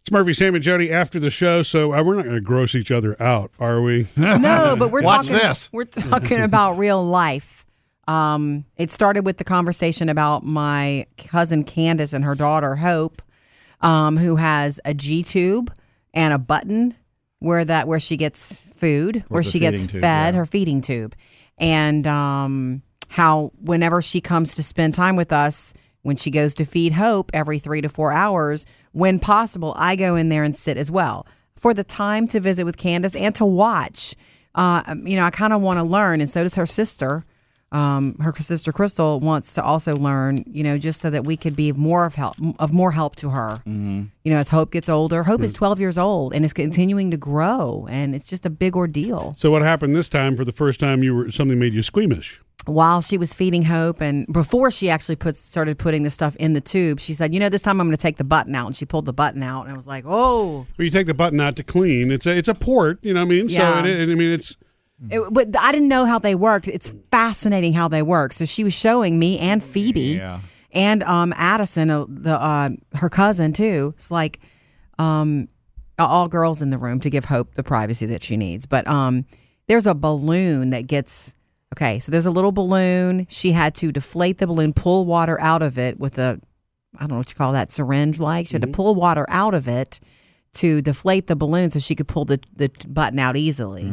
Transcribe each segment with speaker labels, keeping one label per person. Speaker 1: It's Murphy, Sam, and Jody after the show, so uh, we're not going to gross each other out, are we?
Speaker 2: No, but we're
Speaker 3: Watch
Speaker 2: talking.
Speaker 3: this.
Speaker 2: We're talking about real life. Um, it started with the conversation about my cousin Candace and her daughter Hope, um, who has a G tube and a button where that where she gets food, where
Speaker 3: the
Speaker 2: she gets
Speaker 3: feeding tube,
Speaker 2: fed,
Speaker 3: yeah.
Speaker 2: her feeding tube, and um, how whenever she comes to spend time with us. When she goes to feed Hope every three to four hours, when possible, I go in there and sit as well for the time to visit with Candace and to watch. Uh, you know, I kind of want to learn, and so does her sister. Um, her sister Crystal wants to also learn. You know, just so that we could be more of help, of more help to her.
Speaker 3: Mm-hmm.
Speaker 2: You know, as Hope gets older, Hope is twelve years old and is continuing to grow, and it's just a big ordeal.
Speaker 1: So what happened this time? For the first time, you were something made you squeamish.
Speaker 2: while she was feeding Hope and before she actually put started putting the stuff in the tube, she said, "You know, this time I'm going to take the button out." And she pulled the button out, and I was like, "Oh!"
Speaker 1: Well, you take the button out to clean. It's a it's a port, you know what I mean?
Speaker 2: Yeah.
Speaker 1: So it, it, I mean it's
Speaker 2: It- but I didn't know how they worked. It's fascinating how they work. So she was showing me and Phoebe
Speaker 3: Yeah.
Speaker 2: and um, Addison, uh, the uh, her cousin too. It's like um, all girls in the room to give Hope the privacy that she needs. But um, there's a balloon that gets okay. So there's a little balloon. She had to deflate the balloon, pull water out of it with a I don't know what you call that syringe like. She had to pull water out of it to deflate the balloon so she could pull the the button out easily.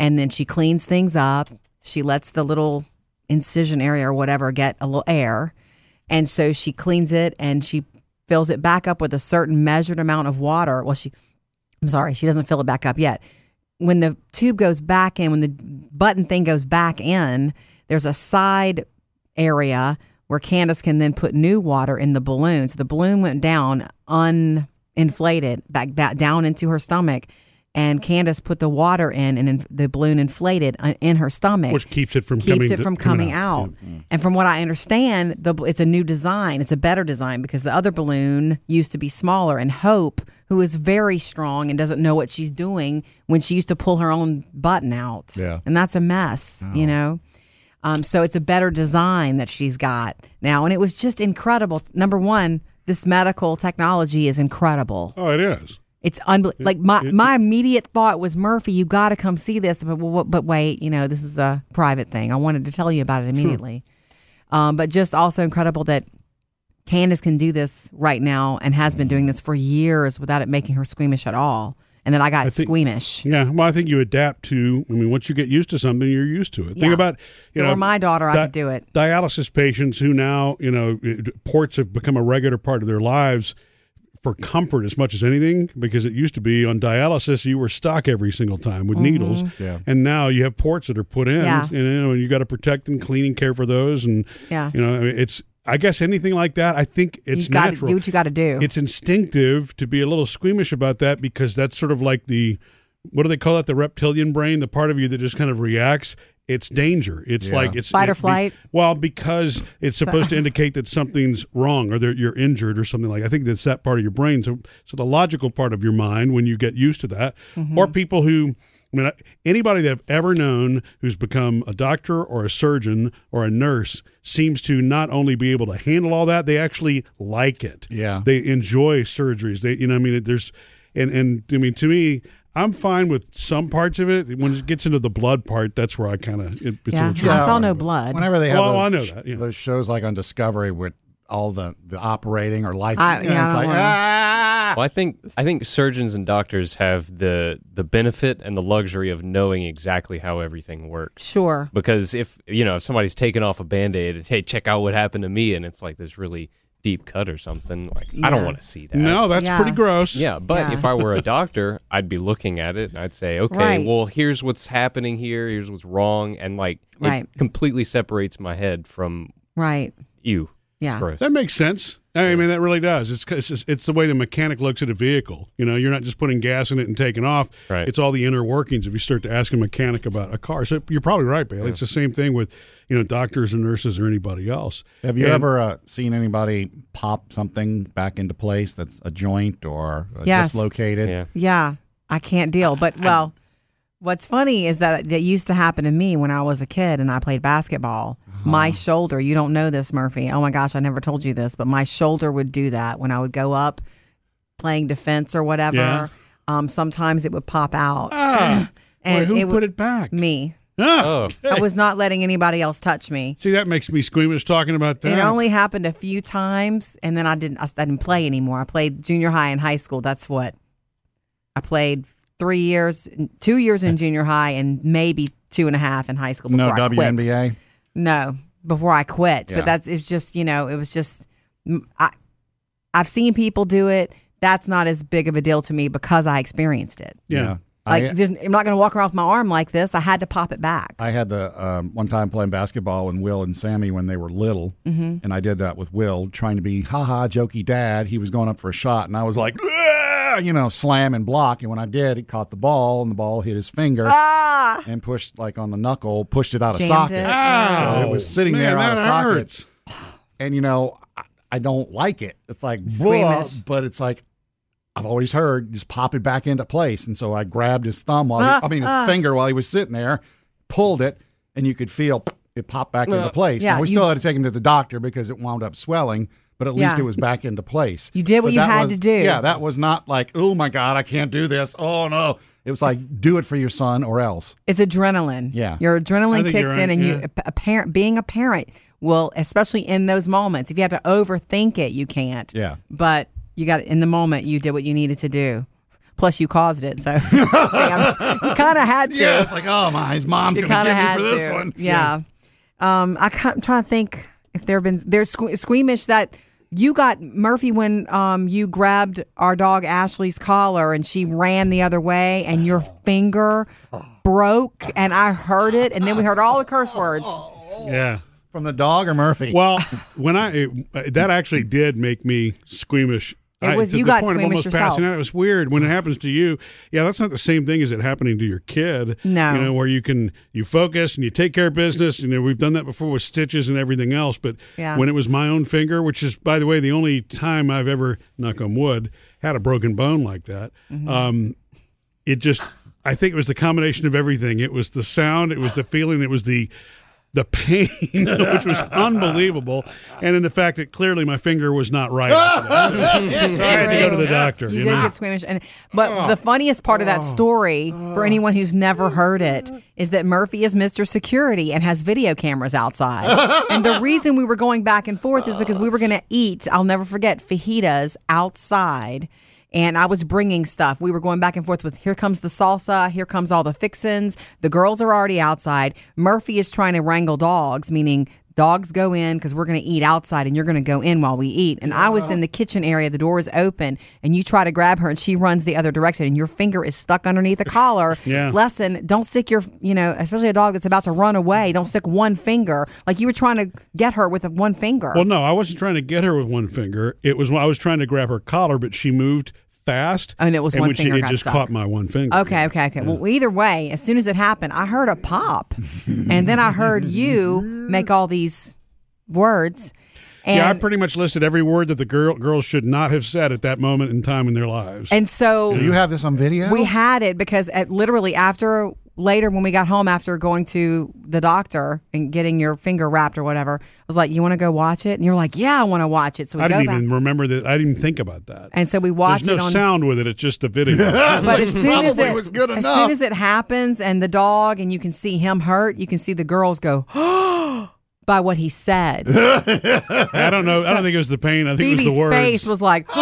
Speaker 2: And then she cleans things up. She lets the little incision area or whatever get a little air. And so she cleans it and she fills it back up with a certain measured amount of water. Well, she, I'm sorry, she doesn't fill it back up yet. When the tube goes back in, when the button thing goes back in, there's a side area where Candace can then put new water in the balloon. So the balloon went down uninflated back, back down into her stomach. And Candace put the water in, and in, the balloon inflated uh, in her stomach
Speaker 1: which keeps it from
Speaker 2: keeps
Speaker 1: coming
Speaker 2: it from coming out. And from what I understand, the it's a new design. It's a better design because the other balloon used to be smaller. And Hope, who is very strong and doesn't know what she's doing, when she used to pull her own button out,
Speaker 3: Yeah.
Speaker 2: and that's a mess, you know. Um, so it's a better design that she's got now, and it was just incredible. Number one, this medical technology is incredible.
Speaker 1: Oh, it is.
Speaker 2: It's unbelievable. Like my, my immediate thought was Murphy, you got to come see this. But but but wait, you know this is a private thing. I wanted to tell you about it immediately. Um, but just also incredible that Candace can do this right now and has been doing this for years without it making her squeamish at all. And then I got
Speaker 1: think-
Speaker 2: squeamish.
Speaker 1: Yeah. Well, I think you adapt to. I mean, once you get used to something, you're used to it.
Speaker 2: Yeah.
Speaker 1: Think about you
Speaker 2: If it
Speaker 1: know
Speaker 2: were my daughter, I could do it.
Speaker 1: Dialysis patients who now you know it- ports have become a regular part of their lives for comfort as much as anything because it used to be on dialysis you were stuck every single time with needles
Speaker 3: Yeah.
Speaker 1: and now you have ports that are put in
Speaker 2: Mm-hmm. Yeah.
Speaker 1: and you know you got to protect and clean and care for those and
Speaker 2: Yeah.
Speaker 1: you know I mean, it's I guess anything like that I think it's
Speaker 2: you got to
Speaker 1: natural
Speaker 2: do what you got to do.
Speaker 1: it's instinctive to be a little squeamish about that because that's sort of like the what do they call that the reptilian brain the part of you that just kind of reacts it's danger it's
Speaker 3: Yeah.
Speaker 1: like it's
Speaker 2: Fight or
Speaker 1: it be-
Speaker 2: flight?
Speaker 1: well because it's supposed to indicate that something's wrong or that you're injured or something like i think that's that part of your brain so so the logical part of your mind when you get used to that or people who I mean, I- anybody that I've ever known who's become a doctor or a surgeon or a nurse seems to not only be able to handle all that, they actually like it
Speaker 3: Yeah.
Speaker 1: they enjoy surgeries. They, you know, I mean, there's, and and I mean, to me, I'm fine with some parts of it. When it gets into the blood part, that's where I kind of it, it's
Speaker 2: yeah.
Speaker 1: a little
Speaker 2: I saw
Speaker 1: tricky.
Speaker 2: no blood.
Speaker 3: Whenever they have
Speaker 1: Well, I
Speaker 3: those,
Speaker 1: know that, yeah.
Speaker 3: those shows like on Discovery with all the, the operating or life,
Speaker 2: I-
Speaker 3: you know,
Speaker 2: yeah,
Speaker 3: it's
Speaker 2: I
Speaker 3: like,
Speaker 2: don't wanna-
Speaker 3: ah!
Speaker 4: Well, I think I think surgeons and doctors have the the benefit and the luxury of knowing exactly how everything works.
Speaker 2: sure.
Speaker 4: Because if you know if somebody's taken off a band-aid, it's, hey, check out what happened to me, and it's like this really deep cut or something. Like
Speaker 2: Yeah.
Speaker 4: I don't want to see that.
Speaker 1: No, that's
Speaker 2: Yeah.
Speaker 1: pretty gross.
Speaker 4: Yeah, but
Speaker 2: Yeah.
Speaker 4: if I were a doctor, I'd be looking at it and I'd say, okay,
Speaker 2: Right.
Speaker 4: well, here's what's happening here. Here's what's wrong, and like it
Speaker 2: Right.
Speaker 4: completely separates my head from
Speaker 2: Right.
Speaker 4: you.
Speaker 2: Yeah.
Speaker 4: Gross.
Speaker 1: That makes sense. I mean, that really does. It's, it's just- it's the way the mechanic looks at a vehicle. You know, you're not just putting gas in it and taking off.
Speaker 4: Right.
Speaker 1: It's all the inner workings. If you start to ask a mechanic about a car, so you're probably right, Bailey. It's the same thing with you know doctors or nurses or anybody else.
Speaker 3: Have you
Speaker 1: And-
Speaker 3: ever uh, seen anybody pop something back into place that's a joint or uh,
Speaker 2: Yes.
Speaker 3: dislocated?
Speaker 4: Yeah.
Speaker 2: Yeah, I can't deal. But well, what's funny is that that used to happen to me when I was a kid and I played basketball.
Speaker 1: Uh-huh.
Speaker 2: My shoulder, you don't know this, Murphy. Oh my gosh, I never told you this, but my shoulder would do that when I would go up playing defense or whatever.
Speaker 1: Yeah.
Speaker 2: Um, sometimes it would pop out.
Speaker 1: Ah,
Speaker 2: And
Speaker 1: boy, who
Speaker 2: it
Speaker 1: put
Speaker 2: would-
Speaker 1: it back?
Speaker 2: Me.
Speaker 1: Ah,
Speaker 4: Oh,
Speaker 2: I was not letting anybody else touch me.
Speaker 1: see, that makes me squeamish talking about that.
Speaker 2: It only happened a few times, and then I didn't. I didn't play anymore. I played junior high and high school. That's what I played three years, two years in junior high, and maybe two and a half in high school. Before
Speaker 3: No
Speaker 2: I quit.
Speaker 3: WNBA.
Speaker 2: No, before I quit.
Speaker 3: Yeah.
Speaker 2: But that's it's just you know it was just m- I I've seen people do it. That's not as big of a deal to me because I experienced it.
Speaker 1: Yeah.
Speaker 2: Like
Speaker 3: I,
Speaker 2: there's I'm not going to walk around with my arm like this. I had to pop it back.
Speaker 3: I had the um, one time playing basketball with Will and Sammy when they were little,
Speaker 2: Mm-hmm.
Speaker 3: and I did that with Will, trying to be haha jokey dad. He was going up for a shot, and I was like, "Ah," you know, slam and block. And when I did, he caught the ball, and the ball hit his finger
Speaker 2: ah,
Speaker 3: and pushed like on the knuckle, pushed it out of
Speaker 2: Jammed
Speaker 3: socket.
Speaker 2: it.
Speaker 1: Ow,
Speaker 4: Oh.
Speaker 3: So it was sitting
Speaker 1: Ah! man,
Speaker 3: there on
Speaker 1: that
Speaker 3: a socket.
Speaker 1: hurts.
Speaker 3: And you know, I, I don't like it. It's like
Speaker 2: Squeamish.
Speaker 3: "Whoa," but it's like. I've always heard just pop it back into place, and so I grabbed his thumb while he,
Speaker 2: Ah,
Speaker 3: I mean his
Speaker 2: ah.
Speaker 3: finger while he was sitting there, pulled it, and you could feel it pop back into place.
Speaker 2: Uh, yeah,
Speaker 3: now we
Speaker 2: you-
Speaker 3: still had to take him to the doctor because it wound up swelling, but at least
Speaker 2: Yeah.
Speaker 3: it was back into place.
Speaker 2: You did what
Speaker 3: But
Speaker 2: you
Speaker 3: that
Speaker 2: had to
Speaker 3: was-
Speaker 2: do.
Speaker 3: Yeah, that was not like oh my god, I can't do this. Oh no, it was like do it for your son or else.
Speaker 2: It's adrenaline.
Speaker 3: Yeah.
Speaker 2: Your
Speaker 1: I
Speaker 2: adrenaline
Speaker 1: think
Speaker 2: kicks
Speaker 1: you're right,
Speaker 2: in and
Speaker 1: yeah.
Speaker 2: you a parent being a parent will especially in those moments. If you have to overthink it, you can't.
Speaker 3: Yeah.
Speaker 2: But you got in the moment you did what you needed to do. Plus you caused it. So Sam, you kind of had to.
Speaker 3: Yeah, it's like oh my, his mom's
Speaker 2: you
Speaker 3: gonna
Speaker 2: kind of
Speaker 3: get me
Speaker 2: had
Speaker 3: for this
Speaker 2: to.
Speaker 3: one.
Speaker 2: Yeah. Um I ca- I'm trying to think if there have been there's sque- squeamish that you got Murphy when um, you grabbed our dog Ashley's collar and she ran the other way and your finger broke and I heard it and then we heard all the curse words.
Speaker 1: Yeah.
Speaker 3: from the dog or Murphy.
Speaker 1: Well, when I it, uh, that actually did make me squeamish.
Speaker 2: It was-
Speaker 1: I, to
Speaker 2: you
Speaker 1: the
Speaker 2: got
Speaker 1: point of
Speaker 2: squeamish
Speaker 1: almost
Speaker 2: yourself.
Speaker 1: passing out. It was weird when it happens to you. Yeah, that's not the same thing as it happening to your kid.
Speaker 2: No.
Speaker 1: you know where you can you focus and you take care of business. You know we've done that before with stitches and everything else. But
Speaker 2: Yeah.
Speaker 1: when it was my own finger, which is by the way the only time I've ever knock on wood had a broken bone like that.
Speaker 2: Mm-hmm.
Speaker 1: Um, it just I think it was the combination of everything. It was the sound, it was the feeling, it was the the pain, which was unbelievable, and in the fact that clearly my finger was not right. after that. So I had to go to the doctor.
Speaker 2: You
Speaker 1: You
Speaker 2: did
Speaker 1: know? Oh.
Speaker 2: get squeamish, and but the funniest part of that story for anyone who's never heard it is that Murphy is Mr. Security and has video cameras outside. and the reason we were going back and forth is because we were going to eat. I'll never forget fajitas outside. And I was bringing stuff. We were going back and forth with here comes the salsa, here comes all the fixins. The girls are already outside. Murphy is trying to wrangle dogs, meaning dogs go in because we're going to eat outside and you're going to go in while we eat. And I was in the kitchen area, the door is open, and you try to grab her and she runs the other direction and your finger is stuck underneath the collar.
Speaker 1: Yeah.
Speaker 2: Lesson don't stick your, you know, especially a dog that's about to run away, don't stick one finger. Like you were trying to get her with one finger.
Speaker 1: Well, no, I wasn't trying to get her with one finger. It was I was trying to grab her collar, but she moved fast,
Speaker 2: And it was one
Speaker 1: when she,
Speaker 2: finger
Speaker 1: it
Speaker 2: got
Speaker 1: just
Speaker 2: stuck.
Speaker 1: caught my one finger.
Speaker 2: Okay, okay, okay. Well, either way, as soon as it happened, I heard a pop, and then I heard you make all these words. And
Speaker 1: yeah, I pretty much listed every word that the girl girls should not have said at that moment in time in their lives.
Speaker 2: and so
Speaker 3: Do you have this on video?
Speaker 2: We had it because at, literally after later when we got home after going to the doctor and getting your finger wrapped or whatever, I was like, "You want to go watch it?" And you're like, "Yeah, I want to watch it." So we
Speaker 1: I
Speaker 2: go
Speaker 1: didn't
Speaker 2: back,
Speaker 1: even remember that. I didn't even think about that.
Speaker 2: and so we
Speaker 1: There's
Speaker 2: watched
Speaker 1: no
Speaker 2: it on.
Speaker 1: sound with it. It's just the video.
Speaker 2: But as soon as
Speaker 3: Probably
Speaker 2: it
Speaker 3: was good
Speaker 2: as
Speaker 3: enough.
Speaker 2: soon as it happens, and the dog, and you can see him hurt, you can see the girls go. By what he said,
Speaker 1: I don't know. I don't think it was the pain. I think it was
Speaker 2: Phoebe's
Speaker 1: the words.
Speaker 2: face was like, the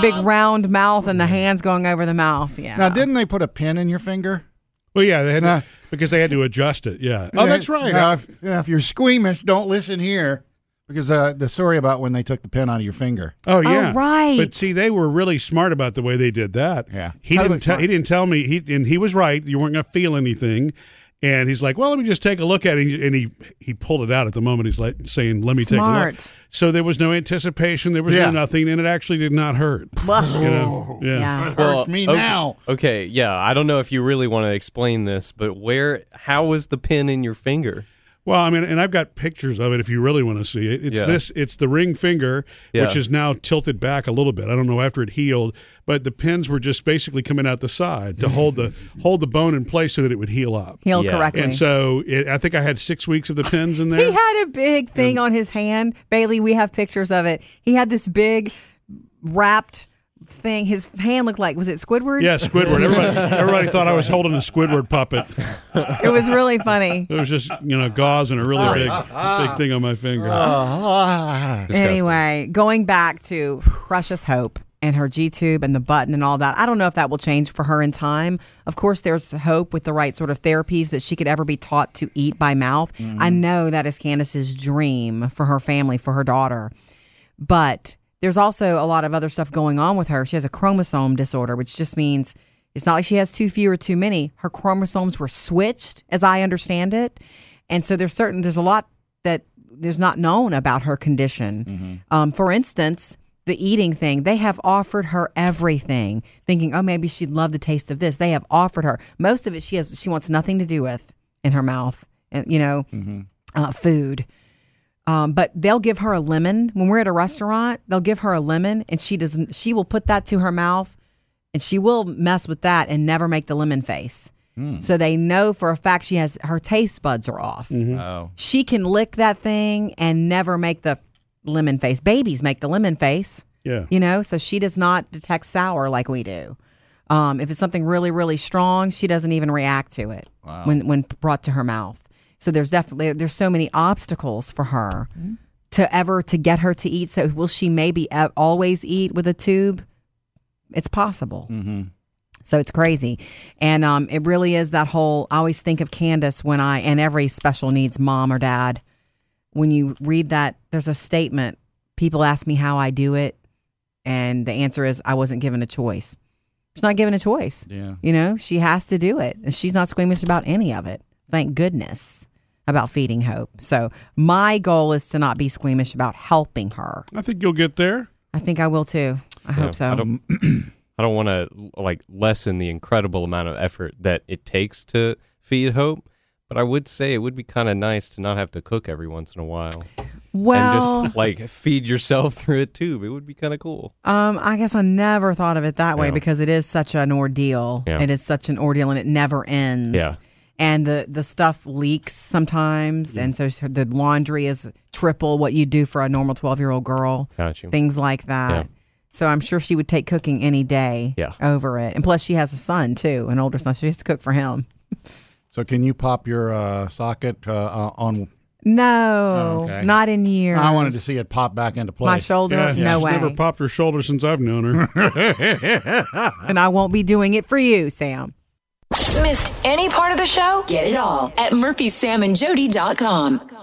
Speaker 2: big round mouth and the hands going over the mouth. Yeah.
Speaker 3: now, didn't they put a pin in your finger?
Speaker 1: well, yeah, they had
Speaker 3: Nah.
Speaker 1: to, because they had to adjust it. Yeah. Oh, that's right.
Speaker 3: Now,
Speaker 1: I-
Speaker 3: if, yeah, if you're squeamish, don't listen here because uh, the story about when they took the pin out of your finger.
Speaker 1: Oh yeah,
Speaker 2: right.
Speaker 1: But see, they were really smart about the way they did that.
Speaker 3: Yeah.
Speaker 1: he
Speaker 2: Totally
Speaker 1: didn't. tell
Speaker 2: smart.
Speaker 1: he didn't tell me. He and he was right. You weren't gonna feel anything. And he's like, "Well, let me just take a look at it." And he and he, he pulled it out at the moment. He's like saying, "Let me take a
Speaker 2: Smart.
Speaker 1: look." So there was no anticipation. There was
Speaker 3: Yeah.
Speaker 1: no nothing, and it actually did not hurt. You know? Yeah.
Speaker 2: yeah.
Speaker 3: Hurts me
Speaker 1: oh,
Speaker 4: okay-
Speaker 3: now.
Speaker 4: Okay, yeah, I don't know if you really want to explain this, but where, how was the pin in your finger?
Speaker 1: Well, I mean, and I've got pictures of it if you really want to see it. It's
Speaker 4: Yeah.
Speaker 1: this, it's the ring finger,
Speaker 4: Yeah.
Speaker 1: which is now tilted back a little bit. I don't know after it healed, but the pins were just basically coming out the side to hold the hold the bone in place so that it would heal up.
Speaker 2: Healed
Speaker 4: Yeah.
Speaker 2: correctly.
Speaker 1: And so it, I think I had six weeks of the pins in there.
Speaker 2: He had a big thing on his hand. Bailey, we have pictures of it. He had this big wrapped thing. His hand looked like was it Squidward?
Speaker 1: Yeah, Squidward. Everybody, everybody thought I was holding a Squidward puppet.
Speaker 2: It was really funny.
Speaker 1: There was just you know gauze and a really big, big thing on my finger.
Speaker 2: Oh.
Speaker 3: Ah,
Speaker 4: Disgusting.
Speaker 2: Anyway, going back to Precious Hope and her G tube and the button and all that, I don't know if that will change for her in time. Of course, there's hope with the right sort of therapies that she could ever be taught to eat by mouth. I know that is Candace's dream for her family, for her daughter. But there's also a lot of other stuff going on with her. She has a chromosome disorder, which just means it's not like she has too few or too many. Her chromosomes were switched, as I understand it. And so there's certain, there's a lot that there's not known about her condition. Um, for instance, the eating thing, they have offered her everything, thinking, oh, maybe she'd love the taste of this. They have offered her most of it. She has, she wants nothing to do with in her mouth, and you know, uh, food. Um, but they'll give her a lemon when we're at a restaurant. They'll give her a lemon, and she doesn't. She will put that to her mouth, and she will mess with that and never make the lemon face. So they know for a fact she has her taste buds are off.
Speaker 3: oh.
Speaker 2: She can lick that thing and never make the lemon face. Babies make the lemon face,
Speaker 1: Yeah,
Speaker 2: you know, so she does not detect sour like we do. Um, if it's something really, really strong, she doesn't even react to it when when brought to her mouth. So there's definitely there's so many obstacles for her to ever to get her to eat. So will she maybe a- always eat with a tube? It's possible. So it's crazy. And um, it really is that whole I always think of Candace when I and every special needs mom or dad. When you read that, there's a statement. People ask me how I do it, and the answer is I wasn't given a choice. She's not given a choice.
Speaker 3: Yeah.
Speaker 2: You know, she has to do it. And she's not squeamish about any of it. Thank goodness about feeding hope. So my goal is to not be squeamish about helping her.
Speaker 1: I think you'll get there.
Speaker 2: I think I will too. I hope so.
Speaker 4: I don't, I don't want to like lessen the incredible amount of effort that it takes to feed hope, but I would say it would be kind of nice to not have to cook every once in a while
Speaker 2: well,
Speaker 4: and just like feed yourself through a tube. It would be kind of cool.
Speaker 2: Um, I guess I never thought of it that way
Speaker 4: Yeah.
Speaker 2: because it is such an ordeal.
Speaker 4: Yeah.
Speaker 2: It is such an ordeal, and it never ends.
Speaker 4: Yeah.
Speaker 2: And the the stuff leaks
Speaker 4: Mm-hmm.
Speaker 2: sometimes, and so she- the laundry is triple what you do for a normal twelve year old girl.
Speaker 4: Got you.
Speaker 2: Things like that.
Speaker 4: Yeah.
Speaker 2: So I'm sure she would take cooking any day
Speaker 4: Yeah.
Speaker 2: over it. And plus, she has a son too, an older son. So she has to cook for him.
Speaker 3: So can you pop your uh, socket uh, uh, on?
Speaker 2: No,
Speaker 3: Oh, okay.
Speaker 2: not in years.
Speaker 3: I wanted to see it pop back into place.
Speaker 2: my shoulder.
Speaker 1: Yeah,
Speaker 2: No
Speaker 1: she's
Speaker 2: way.
Speaker 1: never popped her shoulder since I've known her.
Speaker 2: and I won't be doing it for you, Sam.
Speaker 5: Missed any part of the show?
Speaker 6: Get it all at murphysamandjody.com.